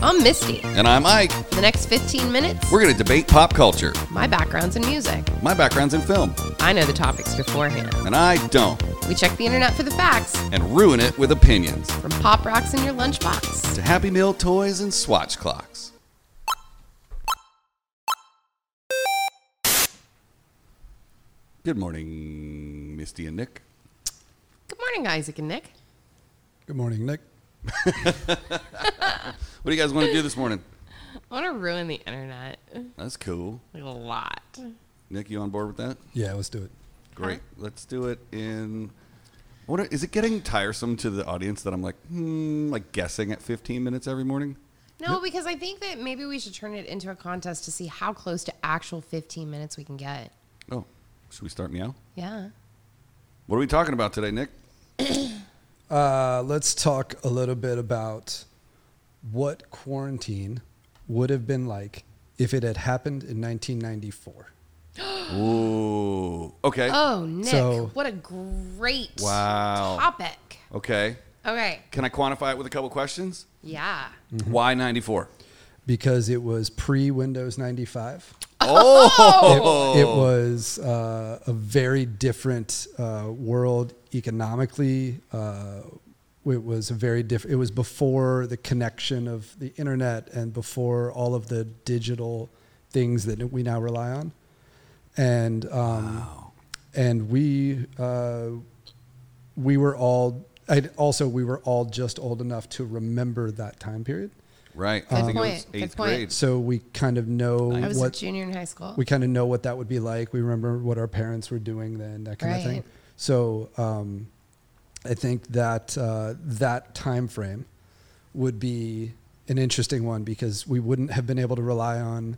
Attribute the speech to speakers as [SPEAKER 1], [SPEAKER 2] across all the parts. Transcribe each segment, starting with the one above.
[SPEAKER 1] I'm Misty.
[SPEAKER 2] And I'm Ike.
[SPEAKER 1] For the next 15 minutes,
[SPEAKER 2] We're going to debate pop culture.
[SPEAKER 1] my background's in music.
[SPEAKER 2] My background's in film,
[SPEAKER 1] I know the topics beforehand.
[SPEAKER 2] and I don't,
[SPEAKER 1] We check the internet for the facts
[SPEAKER 2] and ruin it with opinions.
[SPEAKER 1] from pop rocks in your lunchbox.
[SPEAKER 2] To Happy Meal toys and swatch clocks. Good morning, Misty and Nick.
[SPEAKER 1] Good morning, Isaac and Nick.
[SPEAKER 3] Good morning, Nick.
[SPEAKER 2] What do you guys want to do this morning?
[SPEAKER 1] I want to ruin the internet
[SPEAKER 2] That's cool.
[SPEAKER 1] like a lot.
[SPEAKER 2] Nick, you on board with that?
[SPEAKER 3] Yeah, let's do it.
[SPEAKER 2] Great. Let's do it in. What are, is it getting tiresome to the audience that I'm like, hmm, like guessing at 15 minutes every morning?
[SPEAKER 1] No, because I think that maybe we should turn it into a contest to see how close to actual 15 minutes we can get.
[SPEAKER 2] Oh, should we start meow?
[SPEAKER 1] Yeah.
[SPEAKER 2] What are we talking about today, Nick?
[SPEAKER 3] Uh, let's talk a little bit about what quarantine would have been like if it had happened in 1994.
[SPEAKER 2] Ooh. Okay.
[SPEAKER 1] Oh, Nick,
[SPEAKER 3] So-
[SPEAKER 1] what a great
[SPEAKER 2] Wow.
[SPEAKER 1] topic.
[SPEAKER 2] Okay.
[SPEAKER 1] Okay.
[SPEAKER 2] Can I quantify it with a couple questions?
[SPEAKER 1] Yeah.
[SPEAKER 3] Mm-hmm.
[SPEAKER 2] Why 94?
[SPEAKER 3] Because it was pre Windows 95.
[SPEAKER 2] Oh.
[SPEAKER 3] It was uh, a very different uh, world economically. Uh, it was a very different. It was before the connection of the internet and before all of the digital things that we now rely on, and um, and we uh, we were all. I also we were all just old enough to remember that time period,
[SPEAKER 2] Right. I think it was
[SPEAKER 1] point. Good
[SPEAKER 2] eighth
[SPEAKER 1] point.
[SPEAKER 2] grade.
[SPEAKER 3] so we kind of know
[SPEAKER 1] I was
[SPEAKER 3] what
[SPEAKER 1] a junior in high school.
[SPEAKER 3] we kind of know what that would be like. We remember what our parents were doing then, that kind of thing.
[SPEAKER 1] Right.
[SPEAKER 3] So um, I think that uh, that time frame would be an interesting one because we wouldn't have been able to rely on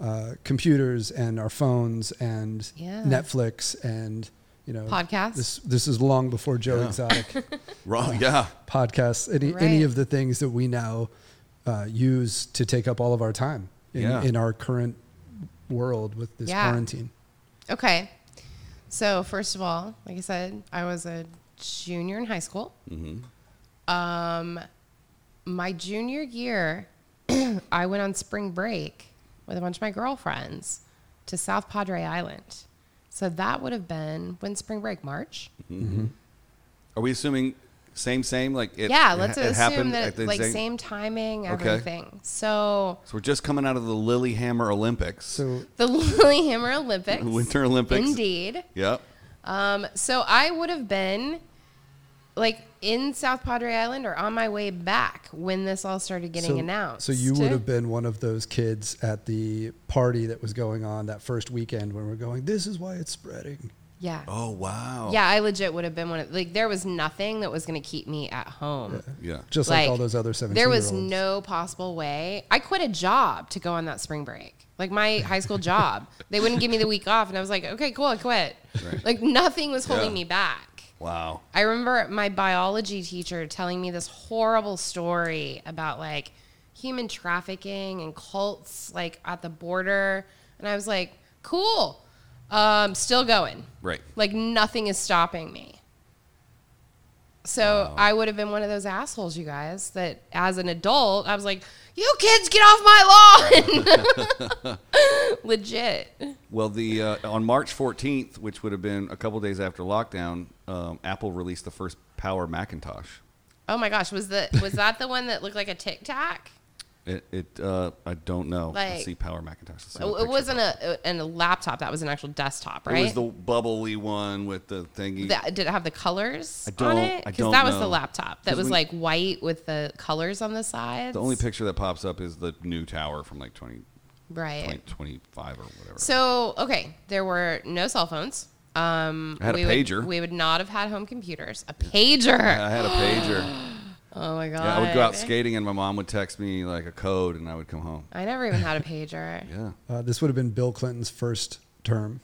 [SPEAKER 3] uh, computers and our phones and
[SPEAKER 1] Yeah.
[SPEAKER 3] Netflix and you know
[SPEAKER 1] Podcasts.
[SPEAKER 3] This this is long before Joe
[SPEAKER 2] Yeah.
[SPEAKER 3] Exotic
[SPEAKER 2] Wrong. Yeah.
[SPEAKER 3] podcasts, any
[SPEAKER 1] Right.
[SPEAKER 3] any of the things that we now uh, use to take up all of our time in,
[SPEAKER 2] Yeah.
[SPEAKER 3] in our current world with this
[SPEAKER 1] Yeah.
[SPEAKER 3] quarantine.
[SPEAKER 1] Okay. So, first of all, like I said, I was a junior in high school.
[SPEAKER 2] Mm-hmm.
[SPEAKER 1] Um, my junior year, I went on spring break with a bunch of my girlfriends to South Padre Island. So, that would have been when spring break, March?
[SPEAKER 2] Are we assuming same, same? Like it,
[SPEAKER 1] yeah,
[SPEAKER 2] it
[SPEAKER 1] let's
[SPEAKER 2] ha- it
[SPEAKER 1] assume
[SPEAKER 2] happened at
[SPEAKER 1] that
[SPEAKER 2] the
[SPEAKER 1] like
[SPEAKER 2] same-
[SPEAKER 1] same timing,
[SPEAKER 2] Okay.
[SPEAKER 1] everything. So,
[SPEAKER 2] So we're just coming out of the Lilyhammer Olympics.
[SPEAKER 3] So
[SPEAKER 1] the Lillehammer Olympics.
[SPEAKER 2] Winter Olympics.
[SPEAKER 1] Indeed.
[SPEAKER 2] yep.
[SPEAKER 1] Um, so I would have been like in South Padre Island or on my way back when this all started getting
[SPEAKER 3] so,
[SPEAKER 1] announced.
[SPEAKER 3] So you would have been one of those kids at the party that was going on that first weekend when we're going, this is why it's spreading.
[SPEAKER 1] Yeah.
[SPEAKER 2] Oh wow.
[SPEAKER 1] Yeah, I legit would have been one of like there was nothing that was going to keep me at home.
[SPEAKER 2] Yeah.
[SPEAKER 3] Just like, all those other 17
[SPEAKER 1] There was no possible way. I quit a job to go on that spring break. Like my high school job. They wouldn't give me the week off and I was like, "Okay, cool, I quit." Like nothing was holding
[SPEAKER 2] Yeah.
[SPEAKER 1] me back.
[SPEAKER 2] Wow.
[SPEAKER 1] I remember my biology teacher telling me this horrible story about like human trafficking and cults like at the border. And I was like, cool, um, still going.
[SPEAKER 2] Right.
[SPEAKER 1] Like nothing is stopping me. So I would have been one of those assholes, you guys, that as an adult, I was like, you kids get off my lawn. Legit.
[SPEAKER 2] Well, the uh, on March 14th, which would have been a couple days after lockdown, um, Apple released the first Power Macintosh.
[SPEAKER 1] Oh my gosh, was the was that the one that looked like a tic tac?
[SPEAKER 2] It, it uh, I don't know.
[SPEAKER 1] Like-
[SPEAKER 2] Let's see Power Macintosh. Let's see
[SPEAKER 1] Oh,
[SPEAKER 2] the
[SPEAKER 1] it
[SPEAKER 2] picture.
[SPEAKER 1] wasn't a, a- an- a laptop. That was an actual desktop, right?
[SPEAKER 2] It was the bubbly one with the thingy.
[SPEAKER 1] That- did it have the colors
[SPEAKER 2] I don't-
[SPEAKER 1] on it?
[SPEAKER 2] I don't
[SPEAKER 1] that was the
[SPEAKER 2] know.
[SPEAKER 1] laptop that
[SPEAKER 2] 'Cause
[SPEAKER 1] was
[SPEAKER 2] when-
[SPEAKER 1] like white with the colors on the sides.
[SPEAKER 2] the only picture that pops up is the new tower from like 20,
[SPEAKER 1] right?
[SPEAKER 2] 2025 or whatever.
[SPEAKER 1] So okay, there were no cell phones. Um,
[SPEAKER 2] I had a
[SPEAKER 1] we would-
[SPEAKER 2] pager.
[SPEAKER 1] we would not have had home computers. A pager.
[SPEAKER 2] I had a pager.
[SPEAKER 1] oh my god.
[SPEAKER 2] Yeah, I would go out skating and my mom would text me like a code and I would come home.
[SPEAKER 1] I never even had a pager.
[SPEAKER 2] Yeah.
[SPEAKER 3] Uh, this would have been Bill Clinton's first term.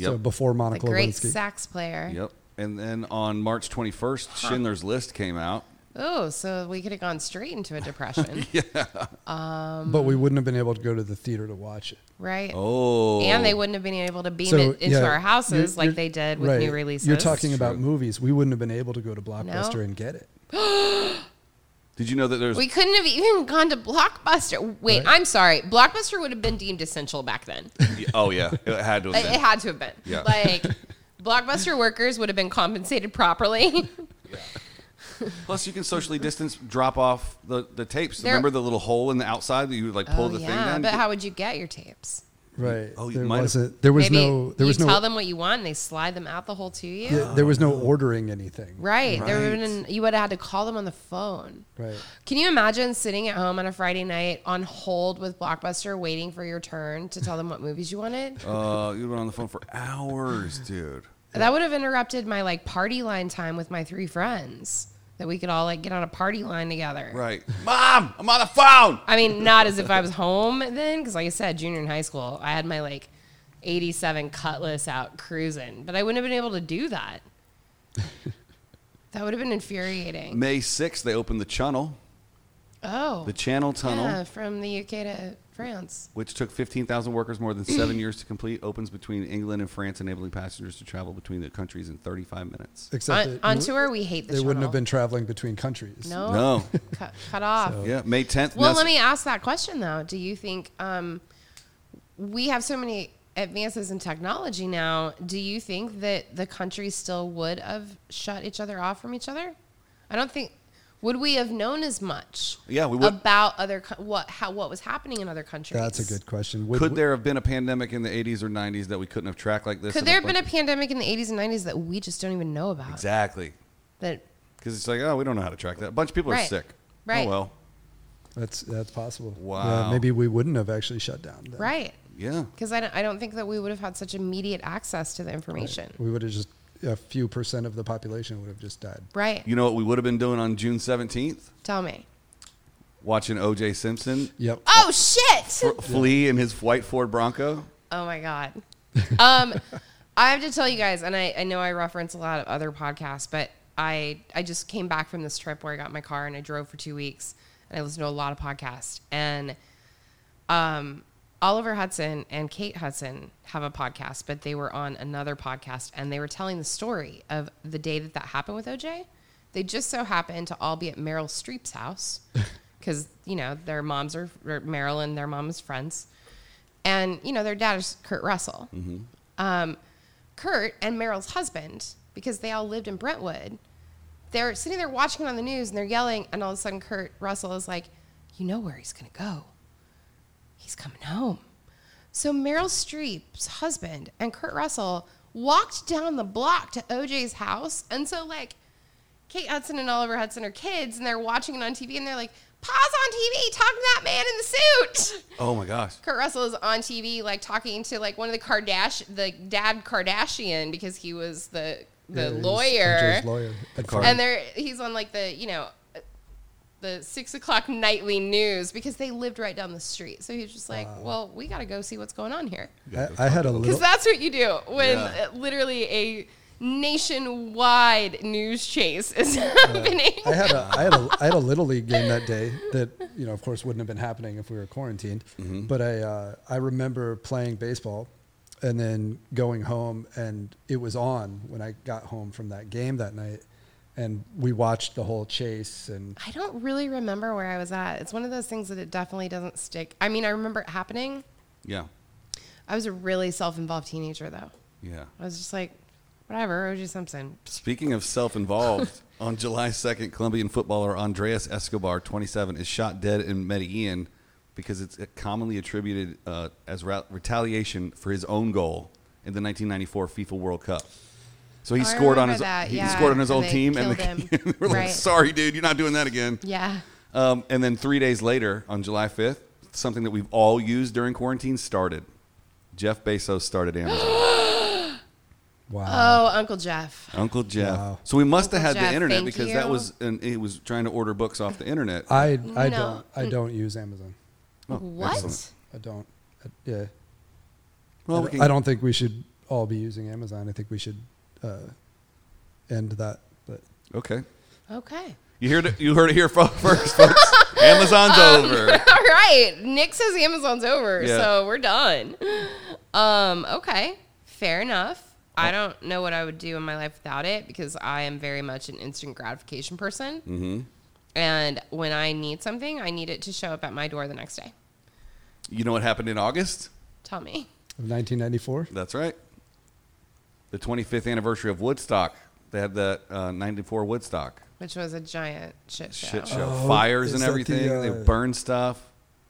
[SPEAKER 3] So
[SPEAKER 2] Yep.
[SPEAKER 3] before
[SPEAKER 1] A
[SPEAKER 3] Monica
[SPEAKER 1] great
[SPEAKER 3] Lewinsky.
[SPEAKER 1] sax player.
[SPEAKER 2] Yep. And then on March 21st, Schindler's List came out.
[SPEAKER 1] Oh, so we could have gone straight into a depression,
[SPEAKER 3] but we wouldn't have been able to go to the theater to watch it.
[SPEAKER 1] right?
[SPEAKER 2] Oh.
[SPEAKER 1] And they wouldn't have been able to beam
[SPEAKER 3] So,
[SPEAKER 1] it into
[SPEAKER 3] yeah,
[SPEAKER 1] our houses
[SPEAKER 3] you're-
[SPEAKER 1] like
[SPEAKER 3] you're-
[SPEAKER 1] they did with
[SPEAKER 3] right.
[SPEAKER 1] new releases.
[SPEAKER 3] You're talking about
[SPEAKER 2] true.
[SPEAKER 3] movies. We wouldn't have been able to go to Blockbuster and get it.
[SPEAKER 2] Did you know that there's
[SPEAKER 1] We couldn't have even gone to Blockbuster. Wait,
[SPEAKER 3] Right.
[SPEAKER 1] I'm sorry. Blockbuster would have been deemed essential back then.
[SPEAKER 2] Oh yeah, it had to. Have
[SPEAKER 1] Like,
[SPEAKER 2] been.
[SPEAKER 1] it had to have been.
[SPEAKER 2] Yeah.
[SPEAKER 1] Like Blockbuster workers would have been compensated properly.
[SPEAKER 2] Plus, you can socially distance drop off the, the tapes.
[SPEAKER 1] There-
[SPEAKER 2] Remember the little hole in the outside that you would like pull
[SPEAKER 1] oh,
[SPEAKER 2] the
[SPEAKER 1] yeah,
[SPEAKER 2] thing down.
[SPEAKER 1] but how would you get your tapes?
[SPEAKER 3] Right.
[SPEAKER 2] Oh, you
[SPEAKER 3] there
[SPEAKER 2] might have-
[SPEAKER 3] wasn't. There was
[SPEAKER 1] Maybe
[SPEAKER 3] no. There
[SPEAKER 1] you
[SPEAKER 3] was no.
[SPEAKER 1] tell them what you want, and they slide them out the hole to you.
[SPEAKER 3] yeah, there was no ordering anything.
[SPEAKER 1] Right. There
[SPEAKER 2] Right.
[SPEAKER 1] would have been, you would have had to call them on the phone.
[SPEAKER 3] Right.
[SPEAKER 1] Can you imagine sitting at home on a Friday night on hold with Blockbuster waiting for your turn to tell them what movies you wanted?
[SPEAKER 2] uh, you were on the phone for hours, dude.
[SPEAKER 1] That would have interrupted my like party line time with my three friends that we could all like get on a party line together.
[SPEAKER 2] Right, mom, I'm on the phone.
[SPEAKER 1] I mean, not as if I was home then, because like I said, junior in high school, I had my like 87 Cutlass out cruising, but I wouldn't have been able to do that. that would have been infuriating.
[SPEAKER 2] May sixth, they opened the channel,
[SPEAKER 1] Oh,
[SPEAKER 2] the Channel Tunnel,
[SPEAKER 1] yeah, from the UK to France.
[SPEAKER 2] which took fifteen thousand workers more than seven years to complete. Opens between England and France, enabling passengers to travel between the countries in thirty five minutes.
[SPEAKER 3] Except
[SPEAKER 1] On,
[SPEAKER 3] that
[SPEAKER 1] on
[SPEAKER 3] you-
[SPEAKER 1] tour, we hate the
[SPEAKER 3] They wouldn't have
[SPEAKER 1] shuttle.
[SPEAKER 3] been traveling between countries.
[SPEAKER 1] No,
[SPEAKER 2] No.
[SPEAKER 1] cut, cut off.
[SPEAKER 2] Yeah, May tenth.
[SPEAKER 1] Well, let me ask that question though. Do you think um, we have so many advances in technology now? Do you think that the countries still would have shut each other off from each other? I don't think. Would we have known as much?
[SPEAKER 2] Yeah, we would-
[SPEAKER 1] about other co- what how what was happening in other countries.
[SPEAKER 3] That's a good question. Would-
[SPEAKER 2] Could there have been a pandemic in the '80s or '90s that we couldn't have tracked like this?
[SPEAKER 1] Could
[SPEAKER 2] in
[SPEAKER 1] there have been a
[SPEAKER 2] bunch of-
[SPEAKER 1] pandemic in the 80s and 90s that we just don't even know about?
[SPEAKER 2] exactly?
[SPEAKER 1] That
[SPEAKER 2] Because it's like, oh, we don't know how to track that. A bunch of people are
[SPEAKER 1] Right.
[SPEAKER 2] sick.
[SPEAKER 1] Right.
[SPEAKER 2] Oh well.
[SPEAKER 3] That's that's possible. Yeah,
[SPEAKER 2] Wow.
[SPEAKER 3] maybe we wouldn't have actually shut down. then.
[SPEAKER 1] right?
[SPEAKER 2] Yeah.
[SPEAKER 1] Because I don't, I don't think that we would have had such immediate access to the information.
[SPEAKER 3] We would have just a few percent of the population would have just died.
[SPEAKER 1] Right?
[SPEAKER 2] You Oh, know what we would have been doing on June 17th?
[SPEAKER 1] Tell me.
[SPEAKER 2] Watching O.J. Simpson
[SPEAKER 3] Yep.
[SPEAKER 1] Oh shit!
[SPEAKER 2] f- flee in his white Ford Bronco.
[SPEAKER 1] Oh my god. Um, I have to tell you guys, and I, I know I reference a lot of other podcasts, but I I just came back from this trip where I got my car and I drove for two weeks and I listened to a lot of podcasts and um. Oliver Hudson and Kate Hudson have a podcast, but they were on another podcast and they were telling the story of the day that that happened with OJ. They just so happened to all be at Meryl Streep's house because, you know, their moms are, or Meryl and their mom's friends and you know their dad is Kurt Russell. Um, Kurt and Meryl's husband, because they all lived in Brentwood, they're sitting there watching it on the news and they're yelling, and all of a sudden Kurt Russell is like, "You know where he's gonna go? He's coming home." So Meryl Streep's husband and Kurt Russell walked down the block to OJ's house, and so like Kate Hudson and Oliver Hudson are kids, and they're watching it on TV, and they're like, "Pause on TV, talk to that man in the suit."
[SPEAKER 2] Oh my gosh.
[SPEAKER 1] Kurt Russell is on TV like talking to like one of the Kardashian, the dad Kardashian, because he was the the
[SPEAKER 3] Yeah, it was
[SPEAKER 1] lawyer,
[SPEAKER 3] Andrew's lawyer. at
[SPEAKER 2] Car-
[SPEAKER 3] first.
[SPEAKER 1] and there he's on like the you know the six o'clock nightly news because they lived right down the street. So he's just like, well, we got to go see what's going on here
[SPEAKER 3] I, I had a
[SPEAKER 1] because
[SPEAKER 3] little.
[SPEAKER 1] that's what you do when
[SPEAKER 2] Yeah.
[SPEAKER 1] uh, literally a nationwide news chase is happening.
[SPEAKER 3] I had a I had a I had a little league game that day that you know of course wouldn't have been happening if we were quarantined.
[SPEAKER 2] Mm-hmm.
[SPEAKER 3] But I uh, I remember playing baseball and then going home and it was on when I got home from that game that night and we watched the whole chase and
[SPEAKER 1] I don't really remember where I was at. It's one of those things that it definitely doesn't stick. I mean, I remember it happening.
[SPEAKER 2] Yeah.
[SPEAKER 1] I was a really self-involved teenager, though.
[SPEAKER 2] Yeah.
[SPEAKER 1] I was just like, whatever, OJ Simpson.
[SPEAKER 2] Speaking of self-involved, on July 2nd, Colombian footballer Andreas Escobar, 27, is shot dead in Medellin because it's commonly attributed uh, as ra- retaliation for his own goal in the 1994 FIFA World Cup. So he
[SPEAKER 1] Oh, I
[SPEAKER 2] scored on
[SPEAKER 1] remember
[SPEAKER 2] his
[SPEAKER 1] that,
[SPEAKER 2] he, he
[SPEAKER 1] yeah,
[SPEAKER 2] scored on his
[SPEAKER 1] and
[SPEAKER 2] old
[SPEAKER 1] they
[SPEAKER 2] team, and,
[SPEAKER 1] killed
[SPEAKER 2] the,
[SPEAKER 1] him.
[SPEAKER 2] we're like,
[SPEAKER 1] Right.
[SPEAKER 2] "Sorry, dude, you're not doing that again."
[SPEAKER 1] Yeah.
[SPEAKER 2] Um, and then three days later, on July 5th, something that we've all used during quarantine started. Jeff Bezos started Amazon.
[SPEAKER 3] wow.
[SPEAKER 1] Oh, Uncle Jeff.
[SPEAKER 2] Uncle Jeff.
[SPEAKER 3] Wow.
[SPEAKER 2] So we must
[SPEAKER 1] Uncle
[SPEAKER 2] have had
[SPEAKER 1] Jeff,
[SPEAKER 2] the internet
[SPEAKER 1] thank
[SPEAKER 2] because that
[SPEAKER 1] you.
[SPEAKER 2] was and he was trying to order books off the internet.
[SPEAKER 3] I I
[SPEAKER 1] No. Mm.
[SPEAKER 3] don't I don't use Amazon.
[SPEAKER 2] Oh,
[SPEAKER 1] what?
[SPEAKER 2] excellent.
[SPEAKER 3] I don't. I, yeah.
[SPEAKER 2] Well,
[SPEAKER 3] I,
[SPEAKER 2] we
[SPEAKER 3] don't,
[SPEAKER 2] can,
[SPEAKER 3] I don't think we should all be using Amazon. I think we should uh, end that. But
[SPEAKER 2] Okay.
[SPEAKER 1] Okay.
[SPEAKER 2] You heard it. You heard it here fo- first, folks. Amazon's
[SPEAKER 1] Um,
[SPEAKER 2] over.
[SPEAKER 1] All right. Nick says Amazon's over,
[SPEAKER 2] Yeah.
[SPEAKER 1] so we're done. Um, okay. Fair enough.
[SPEAKER 2] Oh.
[SPEAKER 1] I don't know what I would do in my life without it because I am very much an instant gratification person. Mm-hmm. And when I need something, I need it to show up at my door the next day.
[SPEAKER 2] You know what happened in August?
[SPEAKER 1] Tell me.
[SPEAKER 3] Of 1994.
[SPEAKER 2] That's right. The 25th anniversary of Woodstock. They had the uh, 94 Woodstock
[SPEAKER 1] Which was a giant shit show.
[SPEAKER 2] shit show.
[SPEAKER 3] Oh,
[SPEAKER 2] Fires
[SPEAKER 3] is
[SPEAKER 2] and
[SPEAKER 3] that the,
[SPEAKER 2] everything. they
[SPEAKER 3] uh,
[SPEAKER 2] burned stuff.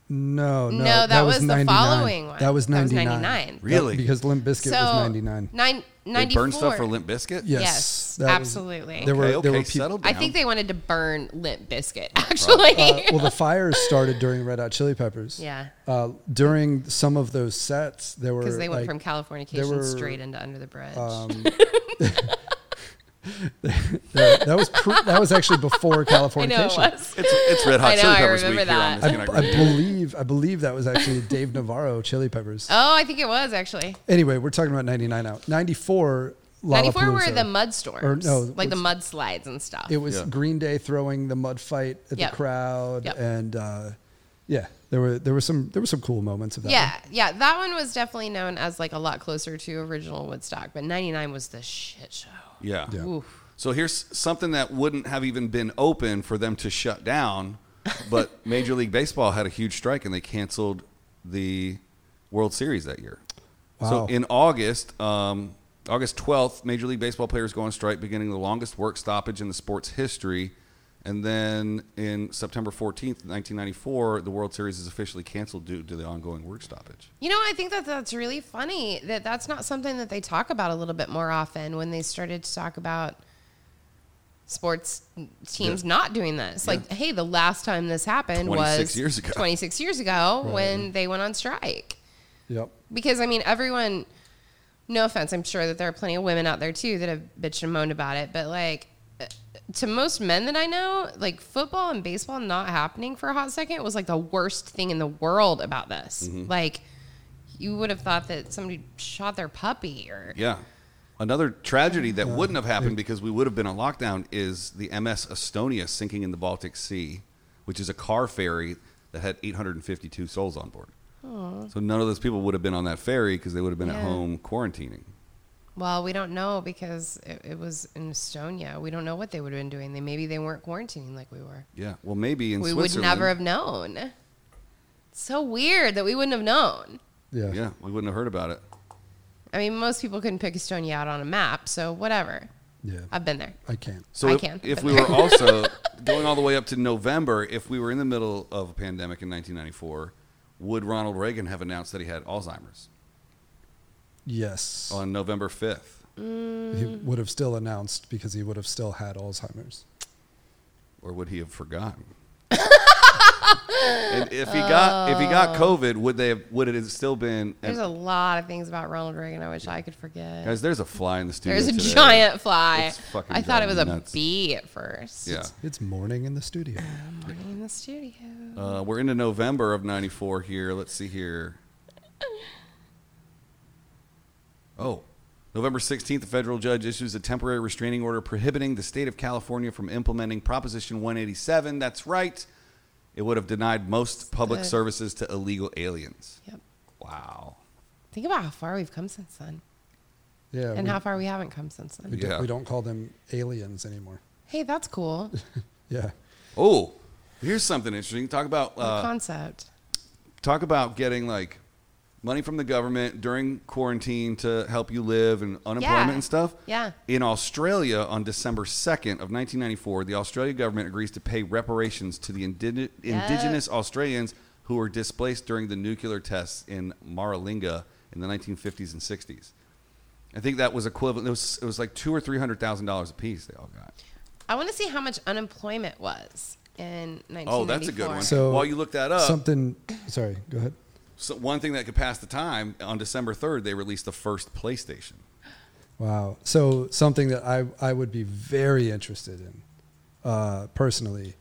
[SPEAKER 3] No, no,
[SPEAKER 1] No, that, was, the
[SPEAKER 3] 99.
[SPEAKER 1] following one.
[SPEAKER 3] That was 99.
[SPEAKER 1] 99.
[SPEAKER 2] Really?
[SPEAKER 3] because Limp Bizkit was 99.
[SPEAKER 1] Nine,
[SPEAKER 2] They
[SPEAKER 1] 94.
[SPEAKER 2] burned stuff for Limp Biscuit?
[SPEAKER 3] Yes,
[SPEAKER 1] Yes,
[SPEAKER 3] that was-
[SPEAKER 1] absolutely.
[SPEAKER 3] there were
[SPEAKER 2] Okay,
[SPEAKER 3] there were
[SPEAKER 2] okay,
[SPEAKER 3] people.
[SPEAKER 2] settle
[SPEAKER 1] I
[SPEAKER 2] down.
[SPEAKER 1] think they wanted to burn Limp Biscuit, actually.
[SPEAKER 3] Uh, well, the fires started during Red Hot Chili Peppers.
[SPEAKER 1] Yeah.
[SPEAKER 3] Uh, during some of those sets, there were
[SPEAKER 1] Because they went
[SPEAKER 3] like,
[SPEAKER 1] from Californication
[SPEAKER 3] were, um,
[SPEAKER 1] straight into Under the Bridge.
[SPEAKER 3] there- that was pre- that was actually before
[SPEAKER 1] I
[SPEAKER 3] California.
[SPEAKER 1] know it was.
[SPEAKER 2] It's, it's Red Hot
[SPEAKER 1] I know,
[SPEAKER 2] Chili
[SPEAKER 1] I
[SPEAKER 2] Peppers week
[SPEAKER 1] remember
[SPEAKER 2] here on
[SPEAKER 1] that.
[SPEAKER 2] the
[SPEAKER 3] I,
[SPEAKER 2] Skin
[SPEAKER 3] I
[SPEAKER 2] Radio.
[SPEAKER 3] believe I believe that was actually Dave Navarro Chili Peppers.
[SPEAKER 1] Oh, I think it was actually.
[SPEAKER 3] Anyway, we're talking about ninety nine now. Ninety four.
[SPEAKER 1] 94 were the mud storms.
[SPEAKER 3] Or no,
[SPEAKER 1] like the
[SPEAKER 3] what's-
[SPEAKER 1] mudslides and stuff.
[SPEAKER 3] It was
[SPEAKER 2] Yeah.
[SPEAKER 3] Green Day throwing the mud fight at
[SPEAKER 1] Yep.
[SPEAKER 3] the crowd,
[SPEAKER 1] Yep.
[SPEAKER 3] and uh, yeah, there were there were some there were some cool moments of that.
[SPEAKER 1] yeah, yeah. That one was definitely known as like a lot closer to original Woodstock, but 99 was the shit show.
[SPEAKER 2] Yeah.
[SPEAKER 3] Yeah.
[SPEAKER 1] Oof.
[SPEAKER 2] So here's something that wouldn't have even been open for them to shut down, but Major League Baseball had a huge strike and they canceled the World Series that year. So
[SPEAKER 3] Wow.
[SPEAKER 2] in August, um, August 12th, Major League Baseball players go on strike, beginning the longest work stoppage in the sport's history. And then in September 14th, 1994, the World Series is officially canceled due to the ongoing work stoppage.
[SPEAKER 1] You know, I think that that's really funny that that's not something that they talk about a little bit more often when they started to talk about sports teams
[SPEAKER 2] Yeah.
[SPEAKER 1] not doing this. Like, hey, the last time this happened
[SPEAKER 2] 26
[SPEAKER 1] was
[SPEAKER 2] years ago.
[SPEAKER 1] 26 years ago when they went on strike.
[SPEAKER 3] Yep.
[SPEAKER 1] because I mean, everyone, no offense, I'm sure that there are plenty of women out there too that have bitched and moaned about it, but like uh, to most men that I know, like football and baseball not happening for a hot second was like the worst thing in the world about this.
[SPEAKER 2] Mm-hmm.
[SPEAKER 1] Like, you would have thought that somebody shot their puppy or.
[SPEAKER 2] Yeah. Another tragedy that wouldn't have happened because we would have been on lockdown is the MS Estonia sinking in the Baltic Sea, which is a car ferry that had 852 souls on board. So none of those people would have been on that ferry because they would have been at
[SPEAKER 1] Yeah.
[SPEAKER 2] home quarantining.
[SPEAKER 1] Well, we don't know because it, it was in Estonia. We don't know what they would have been doing. They maybe they weren't quarantining like we were.
[SPEAKER 2] Yeah. Well, maybe in
[SPEAKER 1] we would
[SPEAKER 2] Switzerland.
[SPEAKER 1] never have known. so weird that we wouldn't have known.
[SPEAKER 3] Yeah.
[SPEAKER 2] Yeah, we wouldn't have heard about it.
[SPEAKER 1] I mean, most people couldn't pick Estonia out on a map, so whatever.
[SPEAKER 3] Yeah.
[SPEAKER 1] I've been there.
[SPEAKER 3] I can't.
[SPEAKER 2] So
[SPEAKER 1] I
[SPEAKER 2] if,
[SPEAKER 1] can.
[SPEAKER 2] if
[SPEAKER 1] But-
[SPEAKER 2] we were also going all the way up to November, if we were in the middle of a pandemic in 1994, would Ronald Reagan have announced that he had Alzheimer's
[SPEAKER 3] Yes.
[SPEAKER 2] on November 5th?
[SPEAKER 3] he
[SPEAKER 1] Mm.
[SPEAKER 3] would have still announced because he would have still had Alzheimer's.
[SPEAKER 2] or would he have forgotten? and if he got if he got COVID, would they have, would it have still been?
[SPEAKER 1] Oh. There's a lot of things about Ronald Reagan I wish I could forget.
[SPEAKER 2] guys, there's a fly in the studio.
[SPEAKER 1] There's a
[SPEAKER 2] today.
[SPEAKER 1] giant fly.
[SPEAKER 2] It's fucking
[SPEAKER 1] I thought it was
[SPEAKER 2] driving me
[SPEAKER 1] a
[SPEAKER 2] nuts.
[SPEAKER 1] bee at first.
[SPEAKER 2] Yeah,
[SPEAKER 3] It's, it's morning in the studio.
[SPEAKER 1] Morning in the studio.
[SPEAKER 2] uh, we're into November of '94 here. Let's see here. Oh, November 16th, a federal judge issues a temporary restraining order prohibiting the state of California from implementing Proposition 187. That's right. It would have denied most public
[SPEAKER 1] the-
[SPEAKER 2] services to illegal aliens.
[SPEAKER 1] Yep.
[SPEAKER 2] Wow.
[SPEAKER 1] Think about how far we've come since then,
[SPEAKER 3] Yeah.
[SPEAKER 1] and
[SPEAKER 3] we,
[SPEAKER 1] how far we haven't come since
[SPEAKER 3] we,
[SPEAKER 1] then.
[SPEAKER 3] don't-
[SPEAKER 2] Yeah.
[SPEAKER 3] we don't call them aliens anymore.
[SPEAKER 1] Hey, that's cool.
[SPEAKER 3] Yeah.
[SPEAKER 2] Oh, here's something interesting. Talk about
[SPEAKER 1] the
[SPEAKER 2] uh,
[SPEAKER 1] concept.
[SPEAKER 2] talk about getting like money from the government during quarantine to help you live and unemployment
[SPEAKER 1] Yeah.
[SPEAKER 2] and stuff.
[SPEAKER 1] Yeah.
[SPEAKER 2] In Australia, on December 2nd of 1994, the Australian government agrees to pay reparations to the indi- indigenous Australians who were displaced during the nuclear tests in Maralinga in the 1950s and 60s. I think that was equivalent. It was, it was like two or three hundred thousand dollars a piece. They all got.
[SPEAKER 1] I want to see how much unemployment was in 1994.
[SPEAKER 2] Oh, that's a good one.
[SPEAKER 3] So
[SPEAKER 2] While you look that up,
[SPEAKER 3] Something. Sorry. Go ahead.
[SPEAKER 2] So one thing that could pass the time on December third, they released the first PlayStation.
[SPEAKER 3] Wow. So something that I, I would be very interested in uh, personally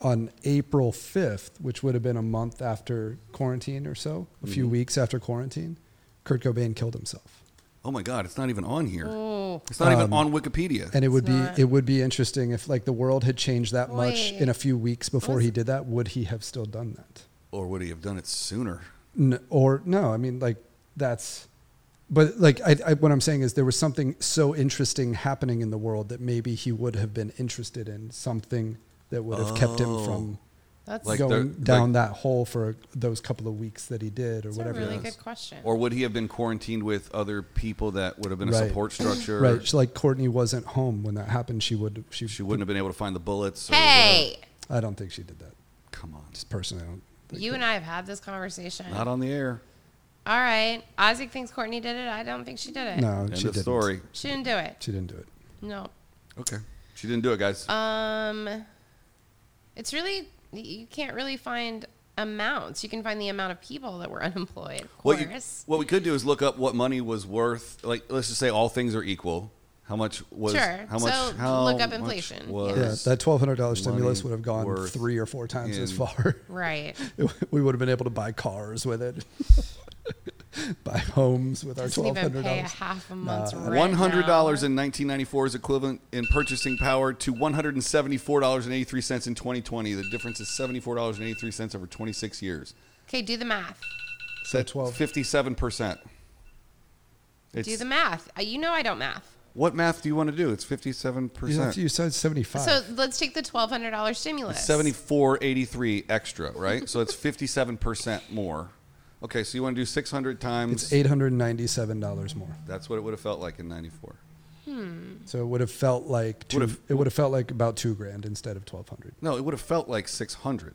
[SPEAKER 3] on April 5th, which would have been a month after quarantine or so, a
[SPEAKER 2] Mm-hmm.
[SPEAKER 3] few weeks after quarantine, Kurt Cobain killed himself.
[SPEAKER 2] Oh my God, it's not even on here.
[SPEAKER 1] Oh.
[SPEAKER 2] It's not even on Wikipedia.
[SPEAKER 3] Um, And it would
[SPEAKER 1] It's not-
[SPEAKER 3] be it would be interesting if like the world had changed that much
[SPEAKER 1] Wait.
[SPEAKER 3] in a few weeks before
[SPEAKER 1] Was-
[SPEAKER 3] he did that, would he have still done that?
[SPEAKER 2] or would he have done it sooner?
[SPEAKER 3] N- or no, I mean like that's but like I, I what I'm saying is there was something so interesting happening in the world that maybe he would have been interested in something that would have kept him from
[SPEAKER 1] That's,
[SPEAKER 2] Oh, Like
[SPEAKER 3] going
[SPEAKER 2] the-
[SPEAKER 3] down
[SPEAKER 2] like-
[SPEAKER 3] that hole for those couple of weeks that he did or
[SPEAKER 1] that's a
[SPEAKER 3] whatever.
[SPEAKER 1] really
[SPEAKER 3] it was.
[SPEAKER 1] good question.
[SPEAKER 2] Or would he have been quarantined with other people that would have been a
[SPEAKER 3] Right.
[SPEAKER 2] support structure?
[SPEAKER 3] Right, she- like Courtney wasn't home when that happened. She would. She,
[SPEAKER 2] She wouldn't have been able to find the bullets. or
[SPEAKER 1] hey,
[SPEAKER 3] I don't think she did that.
[SPEAKER 2] whatever. come on,
[SPEAKER 3] Just personally, I don't. Think
[SPEAKER 1] you
[SPEAKER 3] that-
[SPEAKER 1] and I have had this conversation.
[SPEAKER 2] not on the air.
[SPEAKER 1] All right. Isaac thinks Courtney did it. I don't think she did it.
[SPEAKER 3] No,
[SPEAKER 2] End
[SPEAKER 3] she
[SPEAKER 2] of
[SPEAKER 3] didn't.
[SPEAKER 2] story.
[SPEAKER 1] She didn't do it.
[SPEAKER 3] She didn't do it.
[SPEAKER 1] No.
[SPEAKER 2] Okay, she didn't do it, guys.
[SPEAKER 1] Um, it's really you can't really find amounts. You can find the amount of people that were unemployed, of
[SPEAKER 2] what you,
[SPEAKER 1] course.
[SPEAKER 2] what we could do is look up what money was worth. Like, let's just say all things are equal. How much was?
[SPEAKER 1] Sure.
[SPEAKER 2] How much?
[SPEAKER 1] So,
[SPEAKER 2] how
[SPEAKER 1] look up
[SPEAKER 2] much
[SPEAKER 1] inflation.
[SPEAKER 2] was-
[SPEAKER 3] Yeah, that twelve hundred dollars
[SPEAKER 2] money
[SPEAKER 3] stimulus would have gone
[SPEAKER 2] worth
[SPEAKER 3] three or four times as
[SPEAKER 2] in-
[SPEAKER 3] far.
[SPEAKER 1] right.
[SPEAKER 3] we would have been able to buy cars with it, buy homes with our
[SPEAKER 1] Doesn't
[SPEAKER 3] twelve
[SPEAKER 1] even
[SPEAKER 3] hundred
[SPEAKER 1] pay a
[SPEAKER 3] dollars.
[SPEAKER 1] half a month's rent.
[SPEAKER 2] One hundred dollars
[SPEAKER 1] now.
[SPEAKER 2] in nineteen ninety four is equivalent in purchasing power to one hundred and seventy four dollars and eighty three cents in twenty twenty. The difference is seventy four dollars and eighty three cents over twenty six years.
[SPEAKER 1] Okay, do the math.
[SPEAKER 3] So twelve.
[SPEAKER 2] Fifty seven percent.
[SPEAKER 1] do the math. Uh, You know I don't math.
[SPEAKER 2] What math do you want to do? It's fifty seven
[SPEAKER 3] You, have
[SPEAKER 2] percent.
[SPEAKER 3] to, you said seventy-five.
[SPEAKER 1] So let's take the twelve hundred dollars stimulus.
[SPEAKER 2] Seventy four eighty three extra, right? so it's fifty seven percent more. Okay, so you want to do six hundred times?
[SPEAKER 3] it's eight hundred ninety-seven dollars more.
[SPEAKER 2] That's what it would have felt like in ninety four.
[SPEAKER 3] So it would have felt like two,
[SPEAKER 2] Would have-
[SPEAKER 3] it would have felt like about two grand instead of twelve hundred.
[SPEAKER 2] No, it would have felt like 600.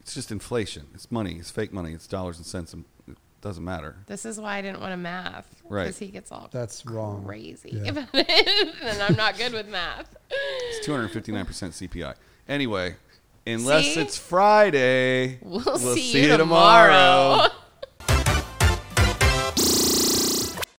[SPEAKER 2] It's just inflation. It's money. It's fake money. It's dollars and cents. And it doesn't matter.
[SPEAKER 1] This is why I didn't want to math.
[SPEAKER 2] Right.
[SPEAKER 1] Because he gets all
[SPEAKER 3] That's wrong.
[SPEAKER 1] crazy
[SPEAKER 3] Yeah.
[SPEAKER 1] about it, and I'm not good with math.
[SPEAKER 2] It's 259% CPI. Anyway, unless
[SPEAKER 1] See?
[SPEAKER 2] it's Friday,
[SPEAKER 1] We'll see you tomorrow.